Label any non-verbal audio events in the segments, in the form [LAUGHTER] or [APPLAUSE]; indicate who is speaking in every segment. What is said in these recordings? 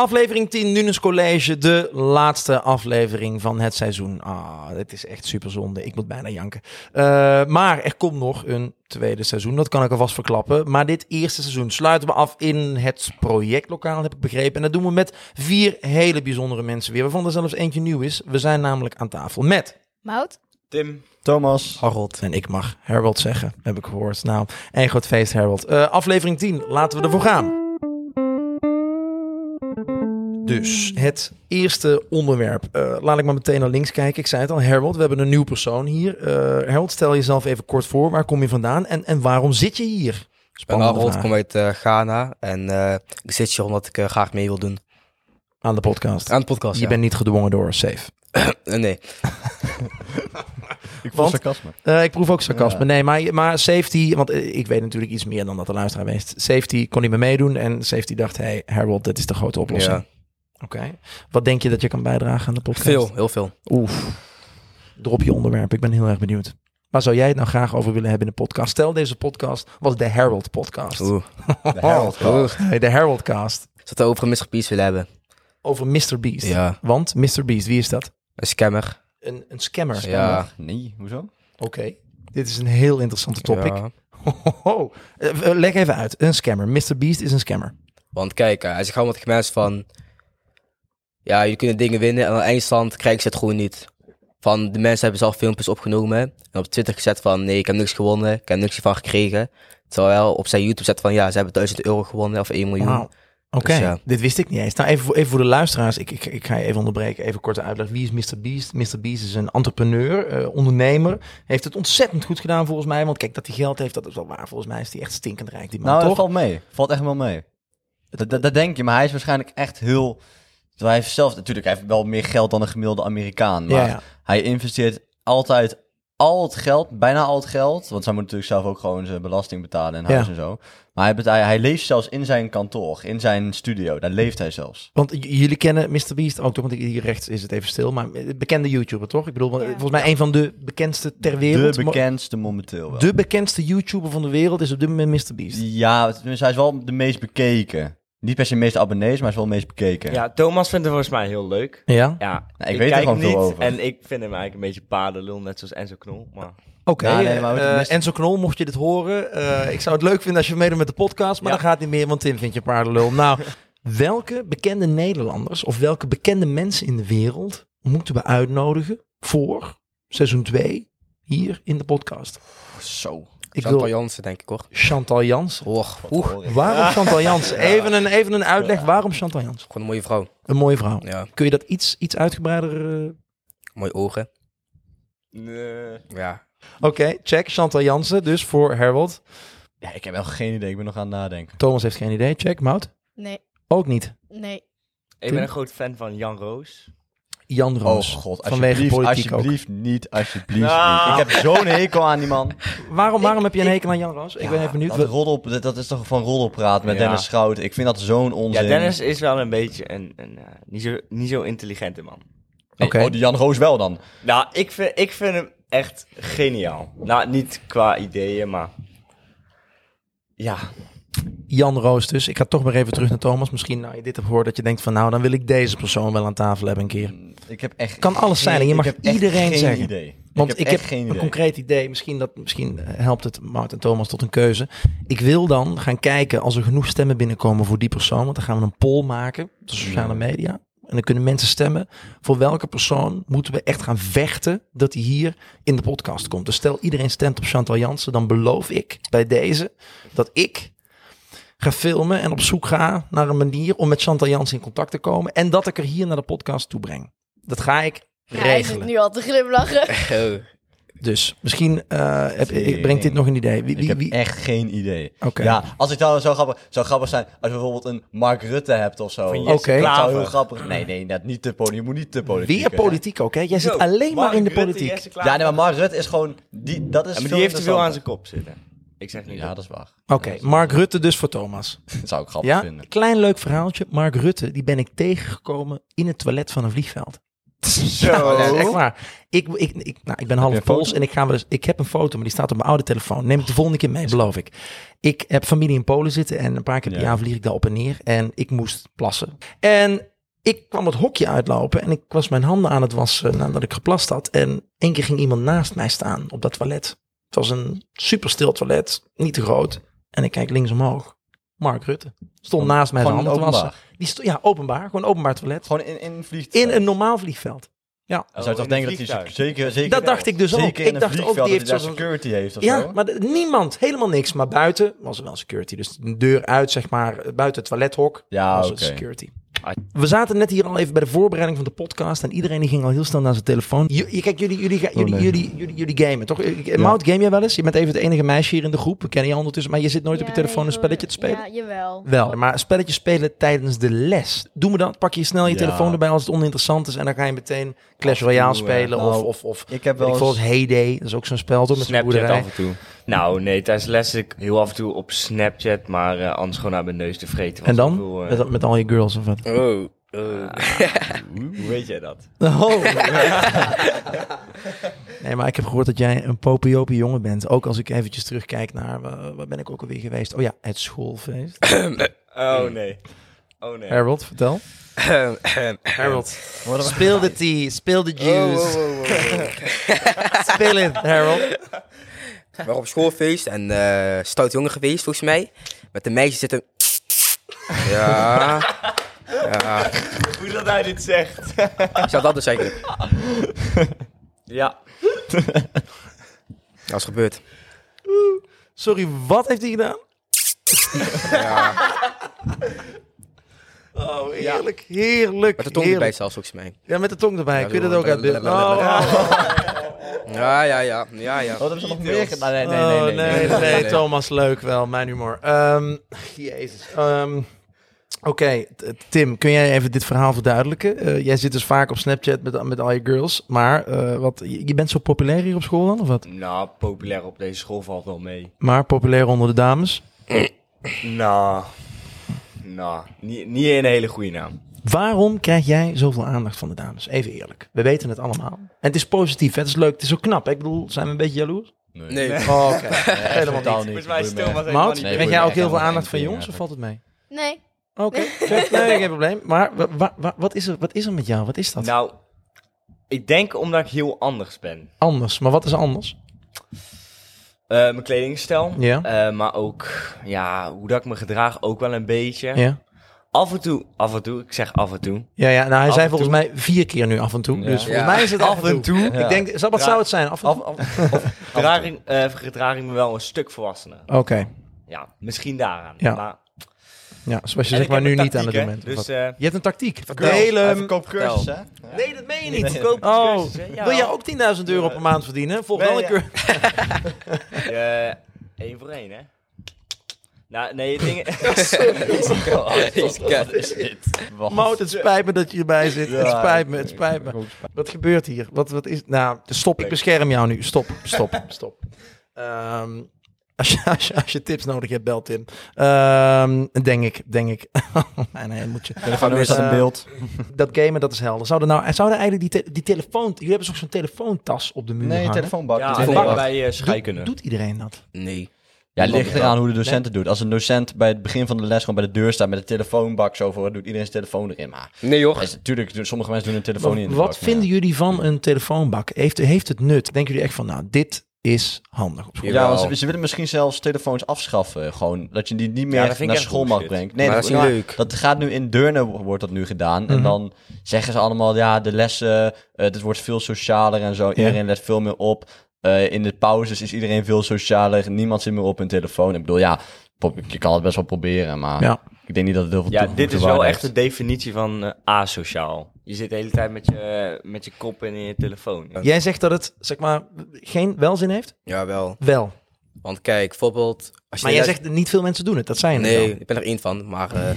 Speaker 1: Aflevering 10, Nunes College, de laatste aflevering van het seizoen. Ah, dit is echt super zonde. Ik moet bijna janken. Eh, maar er komt nog een tweede seizoen, dat kan ik alvast verklappen. Maar dit eerste seizoen sluiten we af in het projectlokaal, heb ik begrepen. En dat doen we met vier hele bijzondere mensen weer, waarvan er zelfs eentje nieuw is. We zijn namelijk aan tafel met...
Speaker 2: Mout?
Speaker 3: Tim.
Speaker 4: Thomas.
Speaker 1: Harold. En ik mag Harold zeggen, heb ik gehoord. Nou, een groot feest, Harold. Eh, aflevering 10, laten we ervoor gaan. Dus het eerste onderwerp. Eh, laat ik maar meteen naar links kijken. Ik zei het al, Harold, we hebben een nieuw persoon hier. Eh Harold, stel jezelf even kort voor. Waar kom je vandaan en, en waarom zit je hier?
Speaker 3: Ik ben
Speaker 1: Spannende
Speaker 3: Harold,
Speaker 1: vraag.
Speaker 3: kom uit eh, Ghana. En eh, ik zit hier omdat ik eh, graag mee wil doen
Speaker 1: Aan de podcast.
Speaker 3: aan de podcast.
Speaker 1: Je
Speaker 3: ja.
Speaker 1: bent niet gedwongen door, safe.
Speaker 3: Eh, nee,
Speaker 4: Ik
Speaker 1: Want-
Speaker 4: vond sarcasme.
Speaker 1: Eh, ik proef ook sarcasme.
Speaker 4: Ja.
Speaker 1: Nee, maar, maar safety, want eh, ik weet natuurlijk iets meer dan dat de luisteraar weet. Safety kon niet meer meedoen en safety dacht, hey Harold, dit is de grote oplossing.
Speaker 3: ja.
Speaker 1: Oké. Wat denk je dat je kan bijdragen aan de podcast?
Speaker 3: veel, heel veel.
Speaker 1: Oef. Drop je onderwerp. Ik ben heel erg benieuwd. Waar zou jij het nou graag over willen hebben in de podcast? Stel, deze podcast was de Herald podcast. [LAUGHS]
Speaker 3: Oeh.
Speaker 4: De Herald.
Speaker 3: Oeh.
Speaker 1: Nee, de Heraldcast.
Speaker 3: Zou het over een Mr. Peace willen hebben?
Speaker 1: Over Mr. Beast.
Speaker 3: Ja.
Speaker 1: Want Mr. Beast, wie is dat?
Speaker 3: Een scammer.
Speaker 1: Een, een scammer.
Speaker 3: Ja.
Speaker 4: Nee, hoezo?
Speaker 1: Oké. Dit is een heel interessante topic.
Speaker 3: Ja.
Speaker 1: [LAUGHS] Ho, ho, ho. Eh, eh, Leg even uit. Een scammer. Mr. Beast is een scammer.
Speaker 3: Want kijk, eh, hij zegt gewoon wat mensen van... Ja, jullie kunnen dingen winnen en aan de eindstand krijgen ze het gewoon niet. Van, de mensen hebben zelf filmpjes opgenomen en op Twitter gezet van... Nee, ik heb niks gewonnen, ik heb niks ervan gekregen. Terwijl op zijn YouTube zet van... Ja, ze hebben 1000 euro gewonnen of 1 miljoen.
Speaker 1: Wauw. Oké,
Speaker 3: Dus ja.
Speaker 1: dit wist ik niet eens. Nou, even voor, even voor de luisteraars, ik, ik, ik ga je even onderbreken, even korte uitleg. Wie is Mr. Beast? Mr. Beast is een entrepreneur, eh, ondernemer. Heeft het ontzettend goed gedaan volgens mij. Want kijk, dat hij geld heeft, dat is wel waar. Volgens mij is hij echt stinkend rijk, die man,
Speaker 4: Nou, dat
Speaker 1: toch?
Speaker 4: valt mee. Valt echt wel mee. Dat, dat, dat denk je, maar hij is waarschijnlijk echt heel... terwijl Hij heeft zelf... Natuurlijk, hij heeft wel meer geld dan een gemiddelde Amerikaan. Maar
Speaker 1: ja, ja.
Speaker 4: hij investeert altijd al het geld, bijna al het geld. Want zij moet natuurlijk zelf ook gewoon zijn belasting betalen en huis
Speaker 1: Ja.
Speaker 4: en zo. Maar hij, bet- hij, hij leeft zelfs in zijn kantoor, in zijn studio. Daar leeft hij zelfs.
Speaker 1: Want j- jullie kennen Mr. Beast ook toch, want hier rechts is het even stil. Maar eh, bekende YouTuber, toch? Ik bedoel, want, eh,
Speaker 2: Ja.
Speaker 1: volgens mij een van de bekendste ter wereld.
Speaker 4: de
Speaker 1: Maar-
Speaker 4: bekendste momenteel wel.
Speaker 1: de bekendste YouTuber van de wereld is op dit moment Mr. Beast.
Speaker 4: Ja, tenminste, hij is wel de meest bekeken. Niet per se de meeste abonnees, maar hij is wel de meest bekeken.
Speaker 5: Ja, Thomas vindt het volgens mij heel leuk.
Speaker 1: Ja?
Speaker 5: Ja,
Speaker 4: Nou, ik weet er
Speaker 5: kijk
Speaker 4: gewoon
Speaker 5: niet
Speaker 4: veel over.
Speaker 5: En ik vind hem eigenlijk een beetje paardenlul, net zoals Enzo Knol. Maar
Speaker 1: Oké,
Speaker 4: Ja, nee, maar
Speaker 1: eh,
Speaker 4: het is-
Speaker 1: Enzo Knol, mocht je dit horen. eh, ik zou het leuk vinden als je meedoet met de podcast, maar
Speaker 5: Ja.
Speaker 1: dat gaat niet meer, want Tim vindt je paardenlul. Nou, welke bekende Nederlanders of welke bekende mensen in de wereld moeten we uitnodigen voor seizoen 2 hier in de podcast?
Speaker 3: Zo.
Speaker 1: Ik
Speaker 3: Chantal
Speaker 1: wil
Speaker 3: Jansen, denk ik hoor.
Speaker 1: Chantal Jans.
Speaker 3: Och,
Speaker 4: Wat
Speaker 3: oeh,
Speaker 4: hoor ik.
Speaker 1: Waarom Chantal Jans? Even een, even een uitleg, waarom Chantal Jans?
Speaker 3: gewoon een mooie vrouw.
Speaker 1: Een mooie vrouw.
Speaker 3: Ja,
Speaker 1: Kun je dat iets, iets uitgebreider... eh,
Speaker 3: mooie ogen.
Speaker 5: nee.
Speaker 3: Ja.
Speaker 1: Oké, check. Chantal Jansen dus voor Harold.
Speaker 4: Ja, ik heb wel geen idee. Ik ben nog aan het nadenken.
Speaker 1: Thomas heeft geen idee. Check. Mout?
Speaker 2: Nee,
Speaker 1: Ook niet.
Speaker 2: nee.
Speaker 5: ik ben een groot fan van Jan Roos.
Speaker 1: Jan
Speaker 4: Oh
Speaker 1: Roos.
Speaker 4: god,
Speaker 1: vanwege
Speaker 4: alsjeblieft,
Speaker 1: politiek ook.
Speaker 4: alsjeblieft niet, alsjeblieft
Speaker 5: Nou.
Speaker 4: niet. Ik heb zo'n hekel aan die man.
Speaker 1: Waarom, waarom heb je een hekel aan Jan Roos? Ik ben even benieuwd.
Speaker 4: Dat,
Speaker 1: Wat-
Speaker 4: roddel, dat, dat is toch van roddelpraat met
Speaker 5: Ja.
Speaker 4: Dennis Schout. Ik vind dat zo'n
Speaker 5: Ja,
Speaker 4: onzin.
Speaker 5: Dennis is wel een beetje een, een eh, niet, zo, niet zo intelligente man.
Speaker 4: Nee,
Speaker 1: Oké.
Speaker 4: Oh, die Jan Roos wel dan.
Speaker 5: Nou, ik vind, ik vind hem echt geniaal. Nou, niet qua ideeën, maar... Ja,
Speaker 1: Jan Roos dus. Ik ga toch maar even terug naar Thomas. Misschien nou je dit hebt gehoord dat je denkt van nou dan wil ik deze persoon wel aan tafel hebben een keer.
Speaker 4: Ik heb echt
Speaker 1: Kan alles zijn en je
Speaker 4: ik
Speaker 1: mag
Speaker 4: heb echt
Speaker 1: iedereen
Speaker 4: geen
Speaker 1: zeggen.
Speaker 4: Idee.
Speaker 1: Want
Speaker 4: ik heb, echt geen
Speaker 1: een
Speaker 4: idee.
Speaker 1: concreet idee. Misschien, dat, misschien eh, helpt het Maarten en Thomas tot een keuze. Ik wil dan gaan kijken als er genoeg stemmen binnenkomen voor die persoon. Want dan gaan we een poll maken op de sociale media. En dan kunnen mensen stemmen voor welke persoon moeten we echt gaan vechten dat hij hier in de podcast komt. Dus stel iedereen stemt op Chantal Jansen, dan beloof ik bij deze dat ik ga filmen en op zoek ga naar een manier om met Chantal Jansen in contact te komen. En dat ik er hier naar de podcast toe breng. Dat ga ik
Speaker 2: Ja, hij zit
Speaker 1: regelen.
Speaker 2: nu al te glimlachen.
Speaker 3: [LAUGHS] Oh.
Speaker 1: Dus misschien eh, heb, ik brengt dit nog een idee. Wie,
Speaker 4: Ik
Speaker 1: wie,
Speaker 4: heb
Speaker 1: wie?
Speaker 4: echt geen idee.
Speaker 1: Oké.
Speaker 4: Ja, als ik trouwens zo grappig zou grappig zijn als je bijvoorbeeld een Mark Rutte hebt of zo.
Speaker 5: Van
Speaker 1: Jesse Oké.
Speaker 4: Dat zou heel
Speaker 5: Klaver.
Speaker 4: grappig. Nee, nee, dat niet te politiek. Je moet niet te politiek.
Speaker 1: Weer politiek ook, hè? Jij zit alleen maar in de politiek. Oké,
Speaker 4: Ja, nee, maar Mark Rutte is gewoon die. Dat is.
Speaker 5: maar
Speaker 4: veel
Speaker 5: die heeft te veel
Speaker 4: interessanter.
Speaker 5: aan zijn kop zitten. Ik zeg niet
Speaker 4: Ja,
Speaker 5: dat.
Speaker 4: dat is waar.
Speaker 1: Mark Rutte dus voor Thomas.
Speaker 4: Dat zou ik grappig
Speaker 1: Ja,
Speaker 4: vinden.
Speaker 1: klein leuk verhaaltje. Mark Rutte, die ben ik tegengekomen in het toilet van een vliegveld. Ja, dat is echt
Speaker 5: Zo.
Speaker 1: waar. Ik, ik, ik, nou, ik ben half
Speaker 4: je Oh. een
Speaker 1: Pools
Speaker 4: foto?
Speaker 1: en ik, ga wel eens, ik heb een foto, maar die staat op mijn oude telefoon. Neem ik de volgende keer mee, beloof ik. Ik heb familie in Polen zitten en een paar keer per
Speaker 4: Ja.
Speaker 1: jaar vlieg ik daar op en neer. En ik moest plassen. En ik kwam het hokje uitlopen en ik was mijn handen aan het wassen nadat ik geplast had. En één keer ging iemand naast mij staan op dat toilet. Het was een superstil toilet, niet te groot. En ik kijk links omhoog. Mark Rutte stond naast mij zijn
Speaker 4: Gewoon
Speaker 1: handen te wassen.
Speaker 4: openbaar.
Speaker 1: Die sto- ja, openbaar. Gewoon openbaar toilet.
Speaker 4: Gewoon in, in vliegtuig.
Speaker 1: In een normaal vliegveld.
Speaker 4: Dan zou je toch
Speaker 5: Oh, in een
Speaker 4: denken dat hij
Speaker 5: vliegtuig.
Speaker 4: zeker, zeker...
Speaker 1: Dat dacht ik dus ook.
Speaker 4: Zeker
Speaker 1: Ik
Speaker 4: in een
Speaker 1: dacht ook, die
Speaker 4: vliegveld dat
Speaker 1: heeft
Speaker 4: hij daar
Speaker 1: zo'n-
Speaker 4: security heeft of
Speaker 1: Ja,
Speaker 4: zo.
Speaker 1: maar de- niemand, helemaal niks. Maar buiten was er wel security. Dus de deur uit, zeg maar, buiten het toilethok
Speaker 4: Ja,
Speaker 1: was
Speaker 4: oké.
Speaker 1: het security. We zaten net hier al even bij de voorbereiding van de podcast en iedereen die ging al heel snel naar zijn telefoon. Je, je- kijk, jullie, jullie, ga- jullie,
Speaker 4: Oh, nee.
Speaker 1: jullie, jullie, jullie gamen, toch? Ik- Mout, game jij wel eens? Je bent even het enige meisje hier in de groep. We kennen je ondertussen, maar je zit nooit op je telefoon een spelletje te spelen?
Speaker 2: Ja, jawel.
Speaker 1: Wel, maar spelletjes spelen tijdens de les. Doen we dan, pak je snel je
Speaker 4: Ja.
Speaker 1: telefoon erbij als het oninteressant is en dan ga je meteen Clash Royale
Speaker 5: Afdoen, eh,
Speaker 1: spelen of,
Speaker 4: nou,
Speaker 1: of, of
Speaker 4: Ik heb
Speaker 1: Weet ik
Speaker 4: wel
Speaker 1: veel,
Speaker 4: eens...
Speaker 1: Hey Day, dat is ook zo'n spel toch? Met zijn
Speaker 5: Snapchat
Speaker 1: boerderij.
Speaker 5: af en toe. Nou, nee, tijdens les zit ik heel af en toe op Snapchat, maar eh, anders gewoon naar mijn neus te vreten.
Speaker 1: En
Speaker 5: Want
Speaker 1: dan?
Speaker 5: zoveel, eh,
Speaker 1: Met, met al je girls of wat?
Speaker 3: Oh, oh.
Speaker 5: hoe weet jij dat?
Speaker 1: Oh. [LAUGHS] nee, maar ik heb gehoord dat jij een popiopie jongen bent. Ook als ik eventjes terugkijk naar, eh, waar ben ik ook alweer geweest? Oh ja, het schoolfeest.
Speaker 5: Oh nee. Oh nee.
Speaker 1: Harold, vertel. Harold. Speel de tea, speel de
Speaker 3: Oh,
Speaker 1: juice.
Speaker 3: oh, oh, oh, oh.
Speaker 1: [LAUGHS] Speel het, Harold.
Speaker 3: We waren op schoolfeest en eh stout jongen geweest, volgens mij. Met de meisjes zitten...
Speaker 4: [LAUGHS]
Speaker 3: Ja,
Speaker 5: Hoe dat hij dit zegt.
Speaker 3: ik zou dat dus eigenlijk.
Speaker 5: Ja.
Speaker 3: Dat is gebeurd.
Speaker 1: Sorry, wat heeft hij gedaan? Oh, heerlijk, heerlijk,
Speaker 3: Met de tong erbij
Speaker 1: heerlijk.
Speaker 3: zelfs, volgens mij.
Speaker 1: Ja, met de tong erbij.
Speaker 3: Ja,
Speaker 1: Kun je dat
Speaker 3: zo-
Speaker 1: ook uit beeld?
Speaker 3: blablabla.
Speaker 1: Oh, oh.
Speaker 3: Ja, ja, ja. Ja, ja.
Speaker 4: [LAUGHS] Wat hebben ze nog meer gedaan? Nee, nee,
Speaker 1: Oh,
Speaker 4: nee. nee, nee.
Speaker 1: nee,
Speaker 3: nee.
Speaker 1: Thomas, leuk wel, mijn humor. Ehm, jezus. Ehm, Oké, t- Tim, kun jij even dit verhaal verduidelijken? Eh, jij zit dus vaak op Snapchat met, met al je girls, maar eh, wat, je je bent zo populair hier op school dan, of wat?
Speaker 5: Nou, populair op deze school valt wel mee.
Speaker 1: Maar populair onder de dames.
Speaker 5: Nou. Nou, niet, niet een hele goede naam.
Speaker 1: Waarom krijg jij zoveel aandacht van de dames? Even eerlijk, we weten het allemaal. En het is positief, hè? het is leuk, het is ook knap. hè? Ik bedoel, zijn we een beetje jaloers?
Speaker 3: Nee.
Speaker 1: Oh, Oké, helemaal
Speaker 4: totaal
Speaker 1: niet.
Speaker 4: niet. Boeit
Speaker 5: Volgens mij
Speaker 4: me
Speaker 5: stil
Speaker 4: echt.
Speaker 5: was helemaal
Speaker 1: Maud,
Speaker 5: niet.
Speaker 4: Nee,
Speaker 1: krijg jij
Speaker 4: boeit me
Speaker 1: ook heel
Speaker 4: echt
Speaker 1: veel
Speaker 4: helemaal
Speaker 1: aandacht van
Speaker 4: geen
Speaker 1: jongens of
Speaker 4: eigenlijk.
Speaker 1: valt het mee?
Speaker 2: Nee.
Speaker 1: Oké, [LAUGHS] check. nee, geen probleem. Maar wa- wa- wa- wat, is er, wat is er met jou? Wat is dat?
Speaker 5: Nou, ik denk omdat ik heel anders ben.
Speaker 1: Anders, maar wat is anders?
Speaker 5: Eh, mijn kledingstijl.
Speaker 1: Ja.
Speaker 5: Eh, maar ook, ja, hoe dat ik me gedraag ook wel een beetje.
Speaker 1: Ja,
Speaker 5: Af en toe, af en toe, ik zeg af en toe.
Speaker 1: ja, ja nou hij
Speaker 5: Af
Speaker 1: zei
Speaker 5: en toe.
Speaker 1: volgens mij vier keer nu af en toe.
Speaker 4: Ja.
Speaker 1: Dus volgens
Speaker 3: Ja.
Speaker 1: mij
Speaker 5: [LAUGHS]
Speaker 1: is het af en toe.
Speaker 4: Ja.
Speaker 1: Ik denk, zou- wat
Speaker 5: Ja.
Speaker 1: zou het zijn? Af [LAUGHS] en toe?
Speaker 4: Af- af-
Speaker 5: Gedraag ik, eh, gedraag ik me wel een stuk volwassener.
Speaker 1: Oké,
Speaker 5: Ja, misschien daaraan.
Speaker 1: Ja.
Speaker 5: Maar,
Speaker 1: ja, zoals je
Speaker 5: en
Speaker 1: zeg
Speaker 5: ik
Speaker 1: maar
Speaker 5: heb
Speaker 1: nu
Speaker 5: een
Speaker 1: niet aan het
Speaker 5: tactiek,
Speaker 1: doen
Speaker 5: hè,
Speaker 1: bent. of
Speaker 5: Dus,
Speaker 1: wat?
Speaker 5: eh,
Speaker 1: Je hebt een tactiek.
Speaker 5: Vertel.
Speaker 1: Vertel.
Speaker 4: Hij verkoopt cursus, hè?
Speaker 5: nee, dat meen je
Speaker 4: niet.
Speaker 5: niet.
Speaker 4: Nee.
Speaker 5: Koop
Speaker 1: Oh,
Speaker 5: cursussen, ja.
Speaker 1: Wil jij ook 10.000 euro per maand verdienen? Volg
Speaker 5: Nee,
Speaker 1: wel een
Speaker 5: ja.
Speaker 1: keer.
Speaker 5: Eh, één voor één, hè?
Speaker 1: [LAUGHS]
Speaker 5: Nou, nee, dingen...
Speaker 3: Deze kat.
Speaker 4: Wacht.
Speaker 1: Maud, het spijt me dat je erbij zit. Het
Speaker 4: Oh, Ja,
Speaker 1: spijt me,
Speaker 4: ik-
Speaker 1: het spijt me.
Speaker 4: ik-
Speaker 1: Wat gebeurt hier? Wat, wat is... Nou, stop. Ik bescherm jou nu. Stop,
Speaker 4: [LAUGHS]
Speaker 1: stop, stop. Ehm, als, je, als, je, als je tips nodig hebt, bel Tim. Ehm, denk ik, denk ik. [LAUGHS] Mijn hemeltje.
Speaker 4: Ja, Dan gaan we
Speaker 1: Dus,
Speaker 4: eerst aan
Speaker 1: eh,
Speaker 4: een beeld.
Speaker 1: Dat gamen, dat is helder. Zouden nou, zouden eigenlijk die, te- die telefoon... Jullie hebben toch zo'n telefoontas op de muur
Speaker 4: Nee,
Speaker 1: hangen?
Speaker 4: telefoonbak.
Speaker 5: [LAUGHS] ja,
Speaker 4: Telefoonbak.
Speaker 5: alleen bij eh scheikunde.
Speaker 1: Doet, doet iedereen dat?
Speaker 3: Nee.
Speaker 4: Ja, het ligt eraan hoe de docent het doet. Als een docent bij het begin van de les gewoon bij de deur staat met een telefoonbak zo voor, doet iedereen zijn telefoon erin. Maar
Speaker 3: Nee, joh.
Speaker 4: is, natuurlijk, doen- sommige mensen doen een telefoon niet in.
Speaker 1: Wat
Speaker 4: de bak, maar-
Speaker 1: vinden jullie van een telefoonbak? Heeft, heeft het nut? Denken jullie echt van, nou, dit is handig op school?
Speaker 3: Jawel.
Speaker 4: Ja, want ze, ze willen misschien zelfs telefoons afschaffen. Gewoon dat je die niet
Speaker 5: Ja,
Speaker 4: meer
Speaker 5: dat vind ik
Speaker 4: naar
Speaker 5: echt
Speaker 4: school mag
Speaker 5: bullshit.
Speaker 4: brengen.
Speaker 3: Maar dat is niet
Speaker 4: maar
Speaker 3: leuk.
Speaker 4: Dat gaat nu in Deurne wo- wordt dat nu gedaan.
Speaker 1: Mhm.
Speaker 4: En dan zeggen ze allemaal, ja, de lessen, eh, het dit wordt veel socialer en zo. Iedereen let veel meer op. Eh, in de pauzes is iedereen veel socialer. Niemand zit meer op hun telefoon. Ik bedoel, ja, pro- je kan het best wel proberen, maar
Speaker 1: Ja.
Speaker 4: ik denk niet dat het heel veel
Speaker 5: Ja,
Speaker 4: toegevoegde
Speaker 5: dit is
Speaker 4: waarde
Speaker 5: wel echt
Speaker 4: heeft.
Speaker 5: de definitie van eh, asociaal. Je zit de hele tijd met je, met je kop en in je telefoon.
Speaker 1: Jij zegt dat het, zeg maar, geen welzin heeft?
Speaker 3: Jawel.
Speaker 1: Wel.
Speaker 3: Want kijk, bijvoorbeeld... Als je
Speaker 1: Maar jij
Speaker 3: net-
Speaker 1: zegt, niet veel mensen doen het. Dat zijn er
Speaker 3: Nee,
Speaker 1: wel.
Speaker 3: ik ben er één van, maar... eh,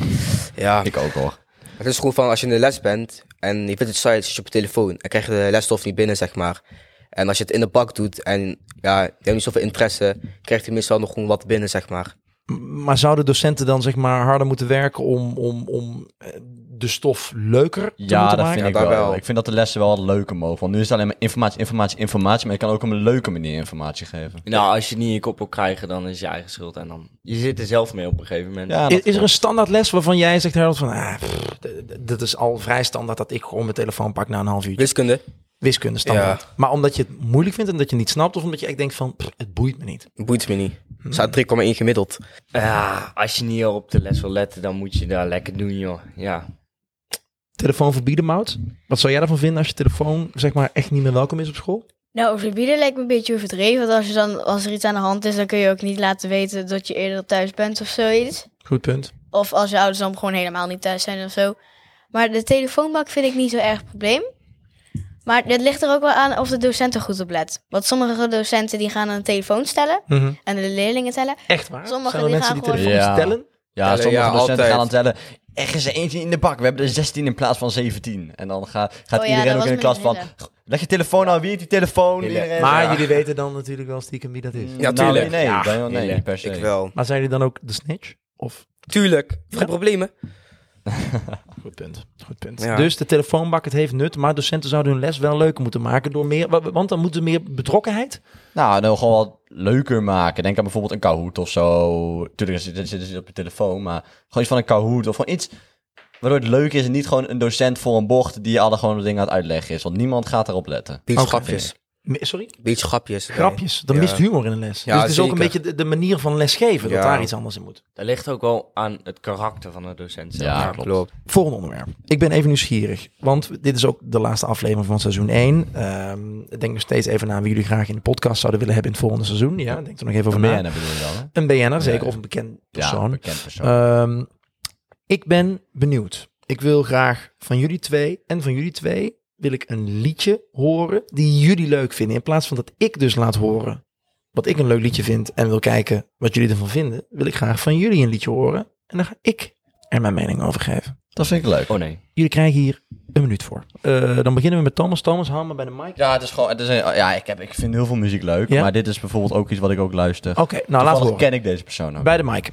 Speaker 3: ja.
Speaker 4: Ik ook hoor.
Speaker 3: Het is gewoon van als je in de les bent en je vindt het saai, zit je op je telefoon en krijg je de lesstof niet binnen, zeg maar. En als je het in de bak doet en ja, je hebt niet zoveel interesse, krijg je meestal nog gewoon wat binnen, zeg maar.
Speaker 1: M- Maar zouden docenten dan zeg maar harder moeten werken om, om, om eh, de stof leuker te
Speaker 4: Ja,
Speaker 1: moeten
Speaker 4: dat
Speaker 1: maken?
Speaker 4: vind ik
Speaker 3: Ja,
Speaker 4: wel.
Speaker 3: daar wel.
Speaker 4: Ik vind dat de lessen wel leuker mogen. Want nu is het alleen maar informatie, informatie, informatie. Maar je kan ook op een leuke manier informatie geven.
Speaker 5: Nou, als je het niet in je kop wil krijgen, dan is het je eigen schuld. En dan, je zit er zelf mee op een gegeven moment.
Speaker 4: Ja,
Speaker 1: I-
Speaker 4: dat-
Speaker 1: Is, er een standaard les waarvan jij zegt, Harold, van ah, pff, d- d- dat is al vrij standaard dat ik gewoon mijn telefoon pak na een half uurtje.
Speaker 3: Wiskunde.
Speaker 1: Wiskunde standaard. Maar omdat je het moeilijk vindt en dat je het niet snapt, of omdat je echt denkt van, pff, het boeit me niet.
Speaker 3: Boeit me niet.
Speaker 1: Hmm.
Speaker 3: Staat 3,1 gemiddeld.
Speaker 5: Ja, als je niet al op de les wil letten, dan moet je daar lekker doen, joh. Ja.
Speaker 1: Telefoon verbieden, Mout. Wat zou jij ervan vinden als je telefoon zeg maar echt niet meer welkom is op school?
Speaker 2: Nou, verbieden lijkt me een beetje overdreven. Want als, je dan, als er iets aan de hand is, dan kun je ook niet laten weten dat je eerder thuis bent of zoiets.
Speaker 1: Goed punt.
Speaker 2: Of als je ouders dan gewoon helemaal niet thuis zijn of zo. Maar de telefoonbak vind ik niet zo erg probleem. Maar het ligt er ook wel aan of de docent er goed op let. Want sommige docenten die gaan een telefoon stellen
Speaker 4: Mhm.
Speaker 2: en de leerlingen tellen.
Speaker 1: Echt waar?
Speaker 2: Sommigen
Speaker 1: Zijn er
Speaker 2: die
Speaker 1: mensen
Speaker 2: gaan
Speaker 1: die telefoon
Speaker 4: gewoon- Ja.
Speaker 1: stellen?
Speaker 4: Ja,
Speaker 3: Tellen,
Speaker 4: sommige
Speaker 3: ja,
Speaker 4: docenten
Speaker 3: altijd.
Speaker 4: gaan aan tellen. Er is er eentje in de bak. We hebben er 16 in plaats van 17. En dan ga- gaat
Speaker 2: Oh ja, dat
Speaker 4: iedereen ook
Speaker 2: was
Speaker 4: in de
Speaker 2: mijn
Speaker 4: klas van...
Speaker 2: hele.
Speaker 4: "Goh, Leg je telefoon aan. Wie heeft die telefoon?
Speaker 5: Hele.
Speaker 4: Iedereen-
Speaker 1: Maar
Speaker 4: Ja.
Speaker 1: jullie weten dan natuurlijk wel stiekem wie dat is.
Speaker 4: Nou,
Speaker 3: Ja, tuurlijk.
Speaker 4: Nee,
Speaker 5: Ja,
Speaker 4: bijna nee,
Speaker 5: hele.
Speaker 4: niet per se.
Speaker 3: Ik wel.
Speaker 1: Maar zijn jullie dan ook de snitch? Of?
Speaker 3: Tuurlijk. Geen problemen.
Speaker 1: Goed punt. Goed punt.
Speaker 3: Ja.
Speaker 1: Dus de telefoonbak, het heeft nut, maar docenten zouden hun les wel leuker moeten maken door meer, wa- want dan moeten meer betrokkenheid.
Speaker 4: Nou, dan gewoon wat leuker maken. Denk aan bijvoorbeeld een Kahoot of zo. Tuurlijk zit- zitten ze op je telefoon, maar gewoon iets van een Kahoot of gewoon iets waardoor het leuk is en niet gewoon een docent voor een bocht die je alle gewoon dingen aan het uitleggen is. Want niemand gaat erop letten.
Speaker 3: Beetje
Speaker 1: Oké.
Speaker 3: grapjes.
Speaker 1: Me- Sorry?
Speaker 3: Beetje grapjes. nee.
Speaker 1: Grapjes. Dan
Speaker 3: Ja.
Speaker 1: mist humor in een les.
Speaker 3: Ja,
Speaker 1: dus het is ook een
Speaker 3: zeker.
Speaker 1: beetje de, de manier van lesgeven dat
Speaker 3: Ja.
Speaker 1: daar iets anders in moet.
Speaker 5: Dat ligt ook wel aan het karakter van de docent zelf.
Speaker 4: Ja,
Speaker 3: Ja,
Speaker 4: klopt.
Speaker 3: klopt.
Speaker 1: Volgende onderwerp. Ik ben even nieuwsgierig, want dit is ook de laatste aflevering van seizoen 1. denk nog steeds even na wie jullie graag in de podcast zouden willen hebben in het volgende seizoen. Ja, denk er nog even over na.
Speaker 4: BN'er bedoel je dan, hè?
Speaker 1: Een BN'er zeker,
Speaker 4: Ja.
Speaker 1: of een bekend
Speaker 4: Ja, een
Speaker 1: persoon.
Speaker 4: bekend persoon.
Speaker 1: Ehm, ik ben benieuwd. Ik wil graag van jullie twee en van jullie twee wil ik een liedje horen die jullie leuk vinden. In plaats van dat ik dus laat horen wat ik een leuk liedje vind en wil kijken wat jullie ervan vinden, wil ik graag van jullie een liedje horen. En dan ga ik er mijn mening over geven.
Speaker 4: dat vind ik leuk.
Speaker 5: Oh nee.
Speaker 1: Jullie krijgen hier een minuut voor. Eh, dan beginnen we met Thomas. Thomas, hou maar bij de mic.
Speaker 4: Ja, het is gewoon, het is een- ja ik, heb, ik vind heel veel muziek leuk,
Speaker 1: Ja?
Speaker 4: maar dit is bijvoorbeeld ook iets wat ik ook luister.
Speaker 1: Oké, nou laten we
Speaker 4: Toevallig
Speaker 1: horen.
Speaker 4: ken ik deze persoon ook.
Speaker 1: Bij de mic.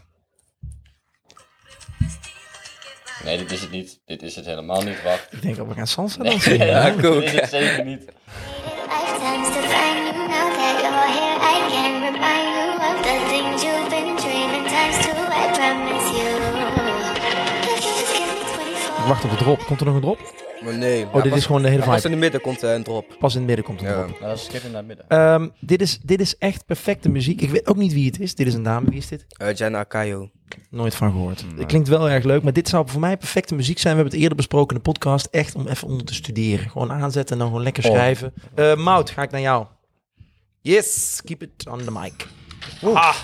Speaker 4: Nee, dit is het niet. Dit is het helemaal niet. Wacht.
Speaker 1: Ik denk dat we gaan salsa dansen.
Speaker 4: [LAUGHS]
Speaker 1: Ja.
Speaker 3: [LAUGHS] Ja, cool.
Speaker 4: Dit is het zeker niet.
Speaker 6: Lifetimes to find you now that you're here. I can remind you of the things you've been dreaming. Times two, I promise you. If you just give me 24.
Speaker 1: Wacht op de drop. Komt er nog een drop?
Speaker 3: Maar nee.
Speaker 1: Oh, dit is gewoon de hele
Speaker 3: Als in
Speaker 1: vibe.
Speaker 3: de midden komt eh, een drop.
Speaker 1: Pas in het midden komt er een drop.
Speaker 3: Ja.
Speaker 4: Nou, dat is skippen naar het midden.
Speaker 1: Ehm, dit, is, dit is echt perfecte muziek. Ik weet ook niet wie het is. Dit is een dame. Wie is dit?
Speaker 3: Eh, Jenna Akayo.
Speaker 1: Nooit van gehoord. Het klinkt wel erg leuk, maar dit zou voor mij perfecte muziek zijn. We hebben het eerder besproken in de podcast. Echt om even onder te studeren. Gewoon aanzetten en dan gewoon lekker
Speaker 4: Oh.
Speaker 1: schrijven. Eh Mout, ga ik naar jou.
Speaker 3: Yes.
Speaker 1: Keep it on the mic. Ah.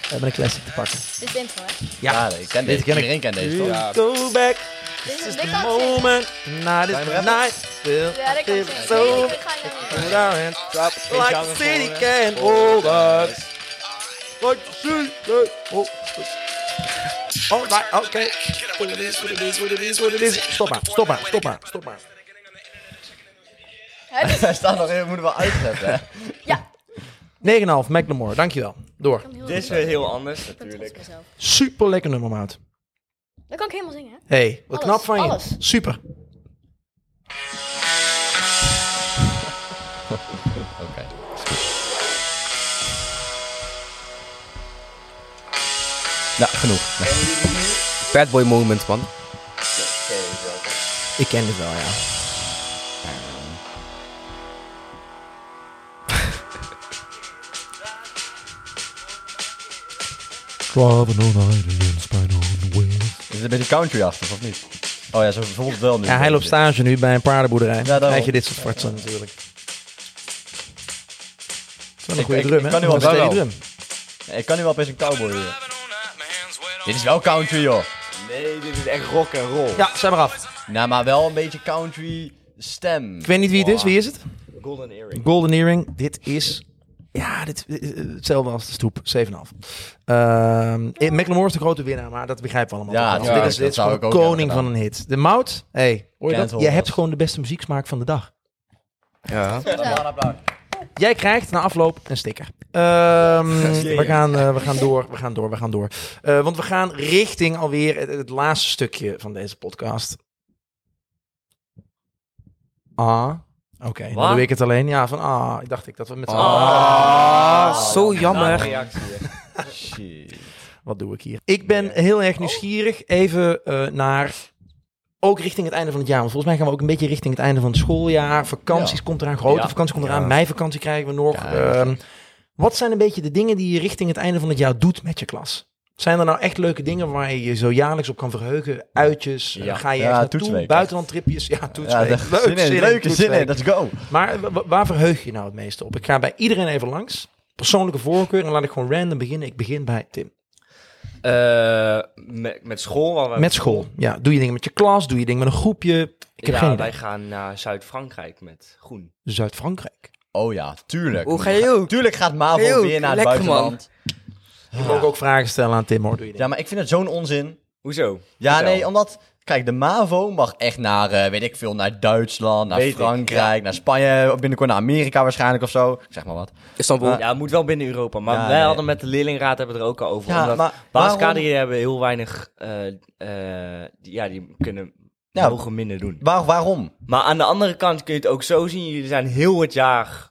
Speaker 1: We hebben een classic te pakken.
Speaker 2: Dit is de intro, hè?
Speaker 1: Ja,
Speaker 4: Ja, ik ken deze.
Speaker 1: ken ik.
Speaker 4: Iedereen kent deze, toch?
Speaker 3: Ja.
Speaker 1: Go back,
Speaker 2: Dit
Speaker 1: this
Speaker 2: is
Speaker 1: is
Speaker 2: een
Speaker 1: the moment. Night is the night. Will
Speaker 2: Ja, dat kan
Speaker 1: I
Speaker 2: ik
Speaker 1: feel
Speaker 2: zingen.
Speaker 1: so
Speaker 2: Nee, ik ga je nou niet.
Speaker 1: Put our hands up like the city can hold us. Like the city can hold us. All right, okay. What it is, what it is, what it is, what it is. Stop maar, stop maar, stop maar, stop maar.
Speaker 2: dus-
Speaker 4: Hij staat nog even, moeten we uitzetten. hè?
Speaker 1: 9,5, McLemore, dankjewel. Door.
Speaker 5: Dit is weer heel anders natuurlijk.
Speaker 2: Natuurlijk.
Speaker 1: Super lekker nummer, maat.
Speaker 2: Dat kan ik helemaal zingen, hè?
Speaker 1: hey, wat
Speaker 2: Alles,
Speaker 1: knap van je.
Speaker 2: alles.
Speaker 1: Super.
Speaker 4: Oké. Nou, genoeg. Nee.
Speaker 3: Bad boy moment, man.
Speaker 1: Ik ken dit wel, ja.
Speaker 7: Driving on aliens, spine on wheels.
Speaker 4: Is het een beetje country achter, of niet? Oh ja, zo bijvoorbeeld wel nu.
Speaker 1: Ja, hij loopt stage nu bij een paardenboerderij. Dan
Speaker 4: daarom.
Speaker 1: krijg je dit soort fartsen natuurlijk. Dat is wel een
Speaker 4: Ik-
Speaker 1: goede
Speaker 4: ik-
Speaker 1: drum,
Speaker 4: ik
Speaker 1: hè?
Speaker 4: kan nu wel
Speaker 1: Dat is een
Speaker 4: wel.
Speaker 1: goede drum.
Speaker 4: Ik kan nu wel opeens een cowboy worden. Dit is wel country, joh.
Speaker 5: Nee, dit is echt rock en roll.
Speaker 1: Ja, zijn maar af.
Speaker 4: Nou, maar wel een beetje country stem.
Speaker 1: Ik weet niet wie het is. Wie is het?
Speaker 5: Golden Earring.
Speaker 1: Golden Earring, dit is. Ja, dit, eh, hetzelfde als de stoep, 7,5. Ehm eh, Macklemore is de grote winnaar, maar dat begrijpen we allemaal.
Speaker 4: Ja,
Speaker 1: toch wel.
Speaker 4: tuurlijk,
Speaker 1: dit is, dit is
Speaker 4: dat zou
Speaker 1: gewoon
Speaker 4: ik ook
Speaker 1: koning
Speaker 4: hebben
Speaker 1: van een hit. De Mout, hey, hoor je
Speaker 4: Kent
Speaker 1: dat? Jij
Speaker 4: Holland.
Speaker 1: hebt gewoon de beste muzieksmaak van de dag.
Speaker 3: Ja.
Speaker 4: Applaus, applaus.
Speaker 1: Jij krijgt na afloop een sticker. Ehm, [LAUGHS] we, gaan, eh, we gaan door, we gaan door, we gaan door. Eh, want we gaan richting alweer het, het laatste stukje van deze podcast. Ah, oké. Dan
Speaker 4: Wat?
Speaker 1: doe ik het alleen. Ja, van ah, dacht ik dat we met z'n
Speaker 4: Ah,
Speaker 3: zo
Speaker 1: Ah,
Speaker 3: jammer.
Speaker 4: Shit.
Speaker 1: Wat doe ik hier? Ik ben heel
Speaker 4: Oh.
Speaker 1: erg nieuwsgierig. Even eh, naar. Ook richting het einde van het jaar. Want volgens mij gaan we ook een beetje richting het einde van het schooljaar. Vakanties komt eraan. Grote
Speaker 4: Ja.
Speaker 1: vakantie komt eraan.
Speaker 4: Ja.
Speaker 1: Meivakantie krijgen we nog.
Speaker 4: Ja.
Speaker 1: Ehm, wat zijn een beetje de dingen die je richting het einde van het jaar doet met je klas? Zijn er nou echt leuke dingen waar je je zo jaarlijks op kan verheugen? Uitjes? eh,
Speaker 4: Ja.
Speaker 1: Ga je
Speaker 4: Ja,
Speaker 1: echt naartoe?
Speaker 4: toetsweek.
Speaker 1: Buitenlandtripjes? Ja,
Speaker 4: [LAUGHS] Ja,
Speaker 1: toetsweek.
Speaker 4: daar-
Speaker 1: leuk,
Speaker 4: zin in,
Speaker 1: zin in,
Speaker 4: leuke zin in,
Speaker 1: toetsweek.
Speaker 4: let's go.
Speaker 1: Maar wa- wa- waar verheug je je nou het meeste op? Ik ga bij iedereen even langs. Persoonlijke voorkeur. En laat ik gewoon random beginnen. Ik begin bij Tim.
Speaker 5: met, Eh, met school? waar we-
Speaker 1: Met school. Ja, doe je dingen met je klas, doe je dingen met een groepje. Ik heb
Speaker 5: ja,
Speaker 1: geen
Speaker 5: wij
Speaker 1: idee.
Speaker 5: gaan naar Zuid-Frankrijk met groen.
Speaker 1: Zuid-Frankrijk.
Speaker 4: Oh ja, tuurlijk.
Speaker 3: Hoe ga je ook?
Speaker 4: Tuurlijk gaat Mavo
Speaker 3: Heel,
Speaker 4: weer naar het
Speaker 3: lekker,
Speaker 4: buitenland.
Speaker 1: Ik mag ook vragen stellen aan Tim hoor. Doe je
Speaker 4: Ja, maar ik vind het zo'n onzin.
Speaker 5: Hoezo?
Speaker 4: Ja,
Speaker 5: Vertel.
Speaker 4: nee, omdat... Kijk, de MAVO mag echt naar, eh, weet ik veel, naar Duitsland, naar
Speaker 5: Weet ik,
Speaker 4: Frankrijk, naar Spanje, binnenkort naar Amerika waarschijnlijk of zo. Ik zeg maar wat.
Speaker 3: Istanbul.
Speaker 5: Ja, het moet wel binnen Europa. Maar
Speaker 4: Ja,
Speaker 5: wij
Speaker 4: nee.
Speaker 5: hadden met de leerlingraad hebben we er ook al over.
Speaker 4: Ja,
Speaker 5: omdat
Speaker 4: maar
Speaker 5: basiskader
Speaker 4: waarom,
Speaker 5: hier hebben heel weinig... eh, eh, die- ja, die kunnen...
Speaker 4: Ja.
Speaker 5: mogen minder doen.
Speaker 4: waar, waarom?
Speaker 5: Maar aan de andere kant kun je het ook zo zien. Jullie zijn heel het jaar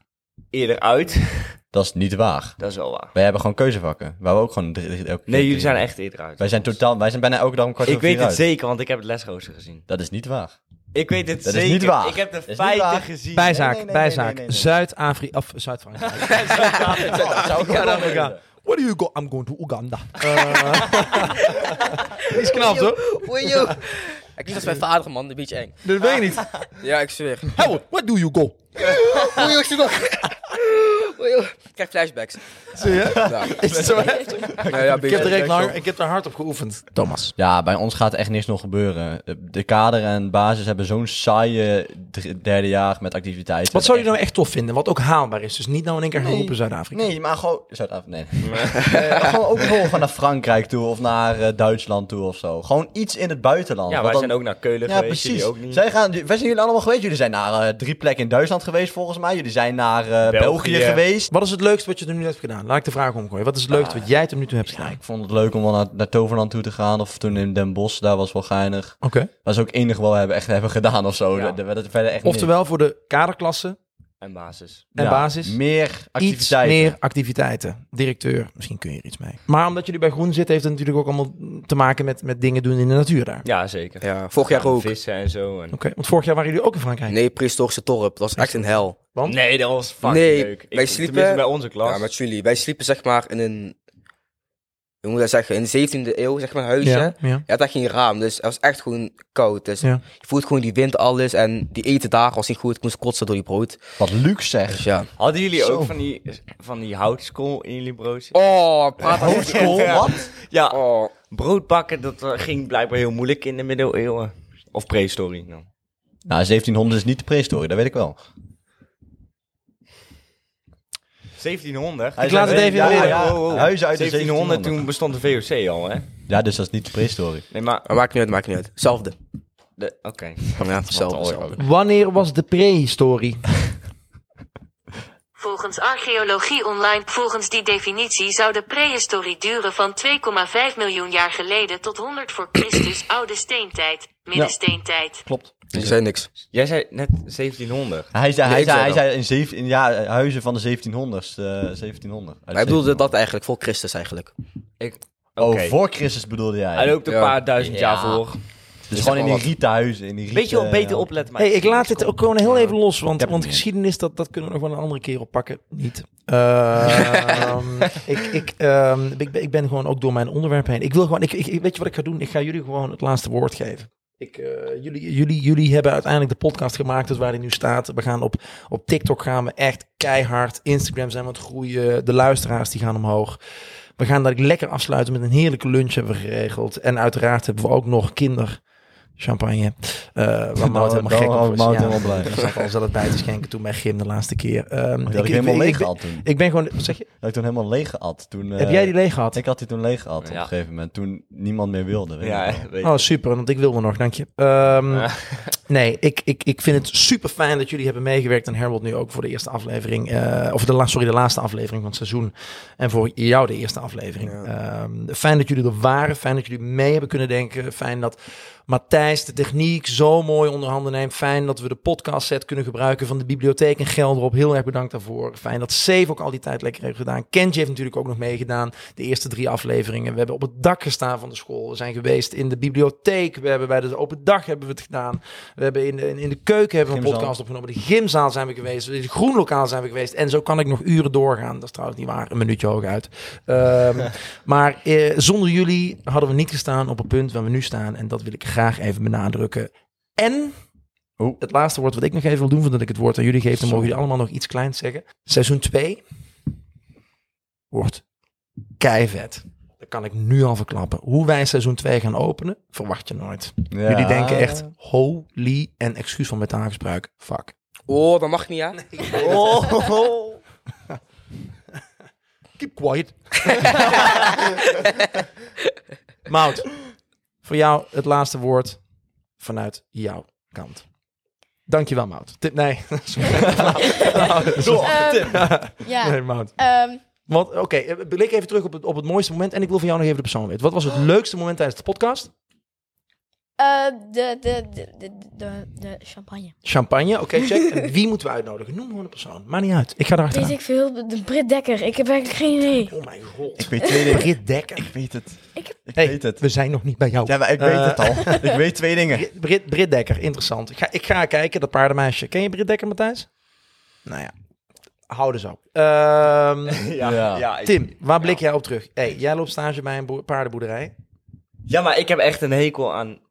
Speaker 5: eerder uit. [LAUGHS]
Speaker 4: Dat is niet waar.
Speaker 5: Dat is wel waar.
Speaker 4: Wij hebben gewoon keuzevakken. Waar we ook gewoon... drie- drie- elke keer
Speaker 5: Nee, jullie
Speaker 4: drie-
Speaker 5: zijn echt eerder uit.
Speaker 4: Wij zijn totaal... Wij zijn bijna elke dag om kwart
Speaker 5: Ik
Speaker 4: over vier
Speaker 5: weet het
Speaker 4: uit.
Speaker 5: zeker, want ik heb het lesrooster gezien.
Speaker 4: Dat is niet waar.
Speaker 5: Ik weet het
Speaker 4: Dat is
Speaker 5: zeker.
Speaker 4: niet waar.
Speaker 5: Ik heb de
Speaker 4: Dat is niet
Speaker 5: feiten
Speaker 4: waar.
Speaker 5: gezien.
Speaker 1: Bijzaak,
Speaker 4: nee, nee,
Speaker 1: bijzaak.
Speaker 4: nee, nee, nee.
Speaker 1: Zuid-Afri- of [LAUGHS] Zuid-Frankrijk.
Speaker 4: Dat zou ik gewoon
Speaker 1: Afrika.
Speaker 4: willen.
Speaker 1: What do you go? I'm going to [LAUGHS] Uganda. Eh. Die is knap, hoor.
Speaker 3: Oei, joh. Ik dat is mijn vader, man. Dat is een beetje eng.
Speaker 1: Dat weet je niet.
Speaker 3: Ja, ik zweer.
Speaker 1: Howard, what do you go?
Speaker 3: Oei, joh, ik zit nog. Oei, joh. Ik krijg flashbacks.
Speaker 1: Zie je?
Speaker 3: Ja. Nou
Speaker 1: Is het zo [LAUGHS] heftig? Ik heb, er echt lang,
Speaker 3: lang.
Speaker 1: ik heb er hard op geoefend. Thomas.
Speaker 4: Ja, bij ons gaat echt niks nog gebeuren. De, de kader en basis hebben zo'n saaie dr- derde jaar met activiteiten.
Speaker 1: Wat zou je nou echt tof vinden? Wat ook haalbaar is. Dus niet nou in één keer gaan
Speaker 4: Nee.
Speaker 1: roepen Zuid-Afrika.
Speaker 4: Nee, maar gewoon... Zuid-Afrika, nee. Eh, maar gewoon ook gewoon gewoon naar Frankrijk toe of naar eh, Duitsland toe of zo. Gewoon iets in het buitenland.
Speaker 5: Ja, wij
Speaker 4: want dan-
Speaker 5: zijn ook naar Keulen
Speaker 4: Ja,
Speaker 5: geweest.
Speaker 4: precies.
Speaker 5: Jullie ook niet.
Speaker 4: Zij gaan, wij zijn jullie allemaal geweest. Jullie zijn naar eh, drie plekken in Duitsland geweest, volgens mij. Jullie zijn naar eh, België.
Speaker 5: België.
Speaker 4: geweest.
Speaker 1: Wat is het leukste wat je er nu net hebt gedaan? Laat ik de vraag omgooien. Wat is het leukste wat jij tot nu toe hebt gedaan?
Speaker 4: Ik vond het leuk om wel naar, naar Toverland toe te gaan. Of toen in Den Bosch, daar was wel geinig.
Speaker 1: Oké.
Speaker 4: Dat is ook het enige wat we hebben, echt hebben gedaan of zo.
Speaker 5: Ja.
Speaker 4: Dat, dat, dat verder echt niks.
Speaker 1: Oftewel voor de kaderklasse
Speaker 5: En basis.
Speaker 1: en
Speaker 4: Ja,
Speaker 1: basis.
Speaker 4: Meer
Speaker 1: Iets
Speaker 4: activiteiten.
Speaker 1: meer activiteiten. Directeur, misschien kun je er iets mee. Maar omdat jullie bij Groen zitten, heeft het natuurlijk ook allemaal te maken met, met dingen doen in de natuur daar. Oké,
Speaker 5: Ja, zeker.
Speaker 3: Ja, vorig jaar ook.
Speaker 5: Vissen en zo. En...
Speaker 1: want vorig jaar waren jullie ook in Frankrijk.
Speaker 3: Nee, prehistorische dorp. Dat was echt een hel.
Speaker 1: Want?
Speaker 5: Nee, dat was fucking
Speaker 3: Nee,
Speaker 5: leuk.
Speaker 3: wij
Speaker 5: Ik-
Speaker 3: sliepen-
Speaker 5: tenminste bij onze klas.
Speaker 3: Ja, met jullie. Wij sliepen zeg maar in een... Hoe moet ik dat zeggen? In de 17e eeuw, zeg maar, huisje.
Speaker 1: ja, ja.
Speaker 3: Ja, daar geen raam, dus het was echt gewoon koud. Dus
Speaker 1: Ja.
Speaker 3: je voelt gewoon die wind alles en die eten daar was niet goed. Ik moest kotsen door die brood.
Speaker 4: Wat Luc
Speaker 3: Dus
Speaker 4: zegt.
Speaker 3: ja.
Speaker 5: Hadden jullie
Speaker 4: Zo.
Speaker 5: ook van die, van die houtskool in jullie broodje?
Speaker 3: Oh, praat dan niet.
Speaker 4: Hoofdschool, wat?
Speaker 5: Ja,
Speaker 3: Oh,
Speaker 5: brood bakken, dat eh, ging blijkbaar heel moeilijk in de middeleeuwen. Of prehistorie. dan.
Speaker 4: Nou, 1700 is niet de prehistorie, dat weet ik wel.
Speaker 5: 1700?
Speaker 4: Hij
Speaker 1: Ik laat het
Speaker 4: zei-
Speaker 1: even
Speaker 4: ja,
Speaker 1: in het
Speaker 4: ja, oh,
Speaker 1: midden.
Speaker 4: ja. Huizen uit de
Speaker 5: 1700, toen bestond de VOC al, hè?
Speaker 4: Ja, dus dat is niet de prehistorie.
Speaker 5: Nee, maar...
Speaker 3: maar maakt niet uit, maakt niet uit. Hetzelfde.
Speaker 5: de- Oké.
Speaker 3: Ja, hetzelfde. hetzelfde.
Speaker 1: Wanneer was de prehistorie?
Speaker 8: Volgens Archeologie Online, volgens die definitie zou de prehistorie duren van 2,5 miljoen jaar geleden tot 100 voor Christus, oude steentijd, middensteentijd.
Speaker 4: Klopt.
Speaker 3: Ik zei niks.
Speaker 5: Jij zei net 1700.
Speaker 4: Hij zei,
Speaker 3: Nee,
Speaker 4: hij
Speaker 3: ik
Speaker 4: zei,
Speaker 3: zei
Speaker 4: hij
Speaker 3: dat.
Speaker 4: zei in, zeven, in ja, huizen van de 1700s. eh 1700.
Speaker 3: Hij bedoelde dat eigenlijk, voor Christus eigenlijk.
Speaker 5: Ik... Oké.
Speaker 4: Oh, voor Christus bedoelde jij.
Speaker 5: Hij loopt een
Speaker 3: Ja.
Speaker 5: paar duizend
Speaker 4: Ja.
Speaker 5: jaar voor.
Speaker 4: dus gewoon in die
Speaker 3: gewoon wat.
Speaker 4: rieten huizen. In die
Speaker 5: Weet je wel,
Speaker 4: rieten-
Speaker 5: beter opletten. maar
Speaker 1: eh, Hey, ik laat dit ook gewoon heel even los, want,
Speaker 4: Ik heb
Speaker 1: want
Speaker 4: het
Speaker 1: geschiedenis, dat, dat kunnen we nog wel een andere keer oppakken. Niet. [LAUGHS] Ehm, ik, ik, ehm, ik, ben- ik ben gewoon ook door mijn onderwerp heen. Ik wil gewoon, ik, ik, ik- weet je wat ik ga doen? Ik ga jullie gewoon het laatste woord geven. Ik, eh, jullie, jullie, jullie hebben uiteindelijk de podcast gemaakt, dus waar die nu staat. We gaan op, op TikTok gaan we echt keihard. Instagram zijn we aan het groeien. De luisteraars die gaan omhoog. We gaan dat lekker afsluiten met een heerlijke lunch hebben we geregeld. En uiteraard hebben we ook nog kinder champagne. eh waar Mout
Speaker 4: dan
Speaker 1: helemaal gek op
Speaker 4: was
Speaker 1: was.
Speaker 4: Mout
Speaker 1: Ja,
Speaker 4: helemaal blij.
Speaker 1: Ik zat al zelf bij te schenken toen bij Gym de laatste keer. Ehm,
Speaker 4: Die had ik helemaal leeg
Speaker 1: ben-
Speaker 4: gehad toen.
Speaker 1: Ik ben gewoon, wat zeg je?
Speaker 4: Dat had ik toen helemaal leeg gehad. Toen, eh,
Speaker 1: Heb jij die leeg gehad?
Speaker 4: Ik had die toen leeg gehad op
Speaker 5: Ja.
Speaker 4: een gegeven moment. Toen niemand meer wilde. weet ik wel.
Speaker 5: Ja, weet je.
Speaker 1: Oh, super, want ik wil me nog, dank je. Ehm,
Speaker 5: Ja.
Speaker 1: Nee, ik, ik, ik vind het super fijn dat jullie hebben meegewerkt. En Harold nu ook voor de eerste aflevering. eh, of de, la- sorry, de laatste aflevering van het seizoen. En voor jou de eerste aflevering. Ehm, fijn dat jullie er waren. Fijn dat jullie mee hebben kunnen denken. Fijn dat Matthijs de techniek zo mooi onder handen neemt. Fijn dat we de podcast set kunnen gebruiken van de bibliotheek in Gelderop. Heel erg bedankt daarvoor. Fijn dat Save ook al die tijd lekker heeft gedaan. Kenji heeft natuurlijk ook nog meegedaan. De eerste drie afleveringen. We hebben op het dak gestaan van de school. We zijn geweest in de bibliotheek. We hebben bij de open dag hebben we het gedaan. We hebben in de, in, in de keuken hebben we een
Speaker 4: Gymzaal.
Speaker 1: podcast opgenomen. De gymzaal zijn we geweest. In het groenlokaal zijn we geweest. En zo kan ik nog uren doorgaan. Dat is trouwens niet waar. Een minuutje hooguit. Ehm, maar eh, zonder jullie hadden we niet gestaan op het punt waar we nu staan. En dat wil ik graag even benadrukken. En
Speaker 4: Oeh.
Speaker 1: het laatste woord wat ik nog even wil doen, voordat ik het woord aan jullie geef, dan mogen jullie allemaal nog iets kleins zeggen. Seizoen 2 wordt keivet. Dat kan ik nu al verklappen. Hoe wij seizoen 2 gaan openen, verwacht je nooit.
Speaker 4: Ja.
Speaker 1: Jullie denken echt, holy, en excuus van mijn taalgebruik, fuck.
Speaker 3: Oh, dat mag niet,
Speaker 1: [LAUGHS]
Speaker 3: hè?
Speaker 4: Oh.
Speaker 1: Keep quiet. [LAUGHS] Mout, voor jou het laatste woord vanuit jouw kant. Dankjewel, Mout. Tip, nee. [LAUGHS]
Speaker 2: Ja.
Speaker 1: nee, Mout.
Speaker 2: Ehm,
Speaker 1: Want, oké, eh, blik even terug op het, op het mooiste moment. En ik wil van jou nog even de persoon weten. Wat was het leukste moment tijdens de podcast?
Speaker 2: eh, de, de, de, de, de, de champagne.
Speaker 1: Champagne, oké, check. En wie moeten we uitnodigen? Noem gewoon een persoon. Maakt niet uit. Ik ga
Speaker 2: Weet
Speaker 1: erachteraan.
Speaker 2: ik veel, de- de Brit Dekker. Ik heb eigenlijk geen idee.
Speaker 1: Oh mijn god.
Speaker 4: Ik weet twee dingen.
Speaker 1: Brit Dekker.
Speaker 4: Ik weet het.
Speaker 2: Ik heb-
Speaker 4: Ik
Speaker 1: Hey,
Speaker 4: weet het.
Speaker 1: We zijn nog niet bij jou.
Speaker 4: Ja, maar ik weet
Speaker 1: Eh, [LAUGHS]
Speaker 4: het al. [LAUGHS] Ik weet twee dingen.
Speaker 1: Brit, Brit, Brit Dekker, interessant. Ik ga, ik ga kijken, dat paardenmeisje. Ken je Brit Dekker, Matthijs? Nou ja, hou dus op. Ehm,
Speaker 5: Ja,
Speaker 4: Ja.
Speaker 5: ja. ik-
Speaker 1: Tim, waar blik jij op terug? Hey, jij loopt stage bij een boer- paardenboerderij.
Speaker 5: Ja, maar ik heb echt een hekel aan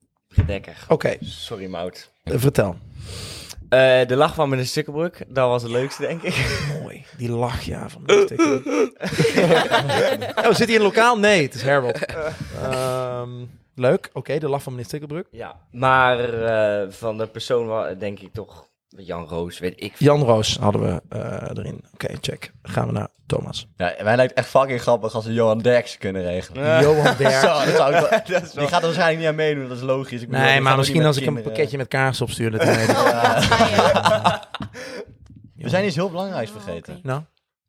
Speaker 5: Dekker.
Speaker 4: Oh.
Speaker 1: Oké,
Speaker 5: Sorry, Mout.
Speaker 1: eh, vertel.
Speaker 5: Eh, de lach van meneer Stukkenbroek, dat was het leukste, denk ik.
Speaker 1: Mooi, die lach ja van de Oh, zit hij in lokaal? Nee, het is Herbert. Ehm, leuk, oké, de lach van meneer Stikkelbrug.
Speaker 5: Ja, maar eh, van de persoon wa- denk ik toch Jan Roos, weet ik.
Speaker 1: Jan Roos hadden we eh, erin. Oké, check. Gaan we naar Thomas.
Speaker 4: Ja, wij lijkt echt fucking grappig als we Johan Derks kunnen regelen. [LAUGHS]
Speaker 1: Johan Derk.
Speaker 4: Eh, Zo, dat zou ik wel- Die gaat er waarschijnlijk niet aan meedoen, dat is logisch. Ik bedoel, die
Speaker 1: Nee,
Speaker 4: gaat
Speaker 1: maar
Speaker 4: ook
Speaker 1: misschien
Speaker 4: niet met eh.
Speaker 1: als ik een
Speaker 4: kinderen.
Speaker 1: pakketje met kaars opstuur. Dat hij
Speaker 4: [LAUGHS]
Speaker 1: weet.
Speaker 4: We zijn iets heel belangrijks vergeten.
Speaker 2: oké.
Speaker 1: nou.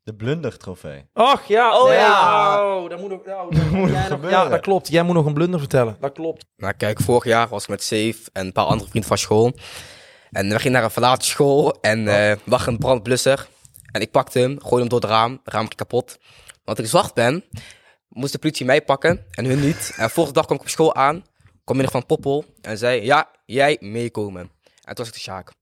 Speaker 4: De blundertrofee.
Speaker 1: Och ja,
Speaker 5: Oh,
Speaker 1: nee.
Speaker 5: ja.
Speaker 1: Oh, dat moet nog, oh, dat moet jij nog-
Speaker 4: gebeuren.
Speaker 1: Ja, dat klopt. Jij moet nog een blunder vertellen. Dat klopt.
Speaker 3: Nou, kijk, vorig jaar was ik met Safe en een paar andere vrienden van school. En we gingen naar een verlaten school en eh wacht een brandblusser. En ik pakte hem, gooide hem door het raam, het raam ging kapot. Want ik zwart ben, moest de politie mij pakken en hun niet. En volgende dag kwam ik op school aan, kwam meneer van Poppel en zei, ja, jij meekomen. En toen was ik de Sjaak.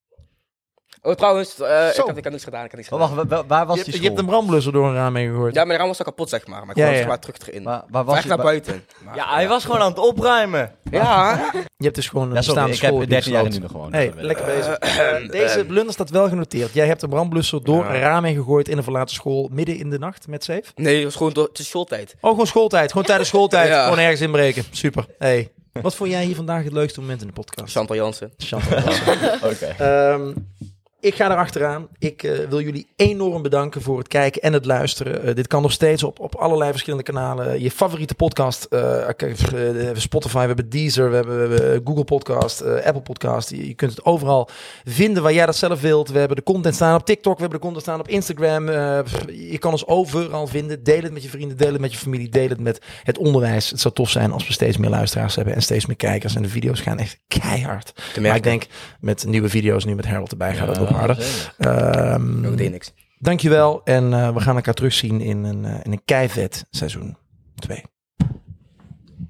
Speaker 3: Oh, trouwens, eh, ik,
Speaker 1: Zo.
Speaker 3: had, ik had niks gedaan, ik had niks
Speaker 4: Maar
Speaker 3: gedaan.
Speaker 4: wacht, wa- wa- waar was
Speaker 1: Je,
Speaker 4: die
Speaker 1: je
Speaker 4: school?
Speaker 1: hebt een brandblusser door een raam heen gegooid.
Speaker 3: Ja, mijn raam was al kapot, zeg maar. Maar ik
Speaker 1: Ja,
Speaker 3: kwam
Speaker 1: ja.
Speaker 3: zeg maar terug erin. Maar,
Speaker 4: Maar waar was
Speaker 3: echt
Speaker 4: je?
Speaker 3: naar
Speaker 4: Wa-
Speaker 3: buiten. Maar-
Speaker 5: Ja, hij was gewoon aan het opruimen.
Speaker 3: Ja.
Speaker 1: Je hebt dus gewoon een
Speaker 4: Ja, sorry,
Speaker 1: bestaande
Speaker 4: ik heb
Speaker 1: school.
Speaker 4: 13 jaar nu
Speaker 1: nu
Speaker 4: nog gewoon.
Speaker 1: Hey, lekker bezig. Eh, Deze blunder staat wel genoteerd. Jij hebt een brandblusser door
Speaker 3: Ja.
Speaker 1: een raam heen gegooid in een verlaten school midden in de nacht met safe.
Speaker 3: Nee, het was gewoon door, het is schooltijd.
Speaker 1: Oh, gewoon schooltijd. Gewoon [LAUGHS] tijdens schooltijd.
Speaker 3: Ja.
Speaker 1: Gewoon ergens inbreken. Super. Hey. Wat vond jij hier vandaag het leukste moment in de podcast?
Speaker 3: Chantal Jansen.
Speaker 1: Chantal.
Speaker 4: Oké.
Speaker 1: Ehm, ik ga erachteraan. Ik eh, wil jullie enorm bedanken voor het kijken en het luisteren. Eh, dit kan nog steeds op, op allerlei verschillende kanalen. Je favoriete podcast. eh, oké, eh, we hebben Spotify, we hebben Deezer, we hebben, we hebben Google Podcast, eh, Apple Podcast. Je, je kunt het overal vinden waar jij dat zelf wilt. We hebben de content staan op TikTok, we hebben de content staan op Instagram. Eh, pff, je kan ons overal vinden. Deel het met je vrienden, deel het met je familie, deel het met het onderwijs. Het zou tof zijn als we steeds meer luisteraars hebben en steeds meer kijkers. En de video's gaan echt keihard. Maar ik denk met nieuwe video's nu met Harold erbij gaat het nog harder. Ehm,
Speaker 3: Ik deed niks.
Speaker 1: dankjewel en eh, we gaan elkaar terugzien in een, eh, in een keivet seizoen [LAUGHS] 2.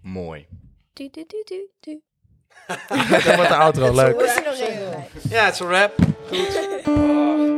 Speaker 5: Mooi.
Speaker 2: Du, du, du, du, du.
Speaker 1: Dat wordt de outro, leuk.
Speaker 2: Moest er nog even bij.
Speaker 1: Ja, het is een rap. Goed.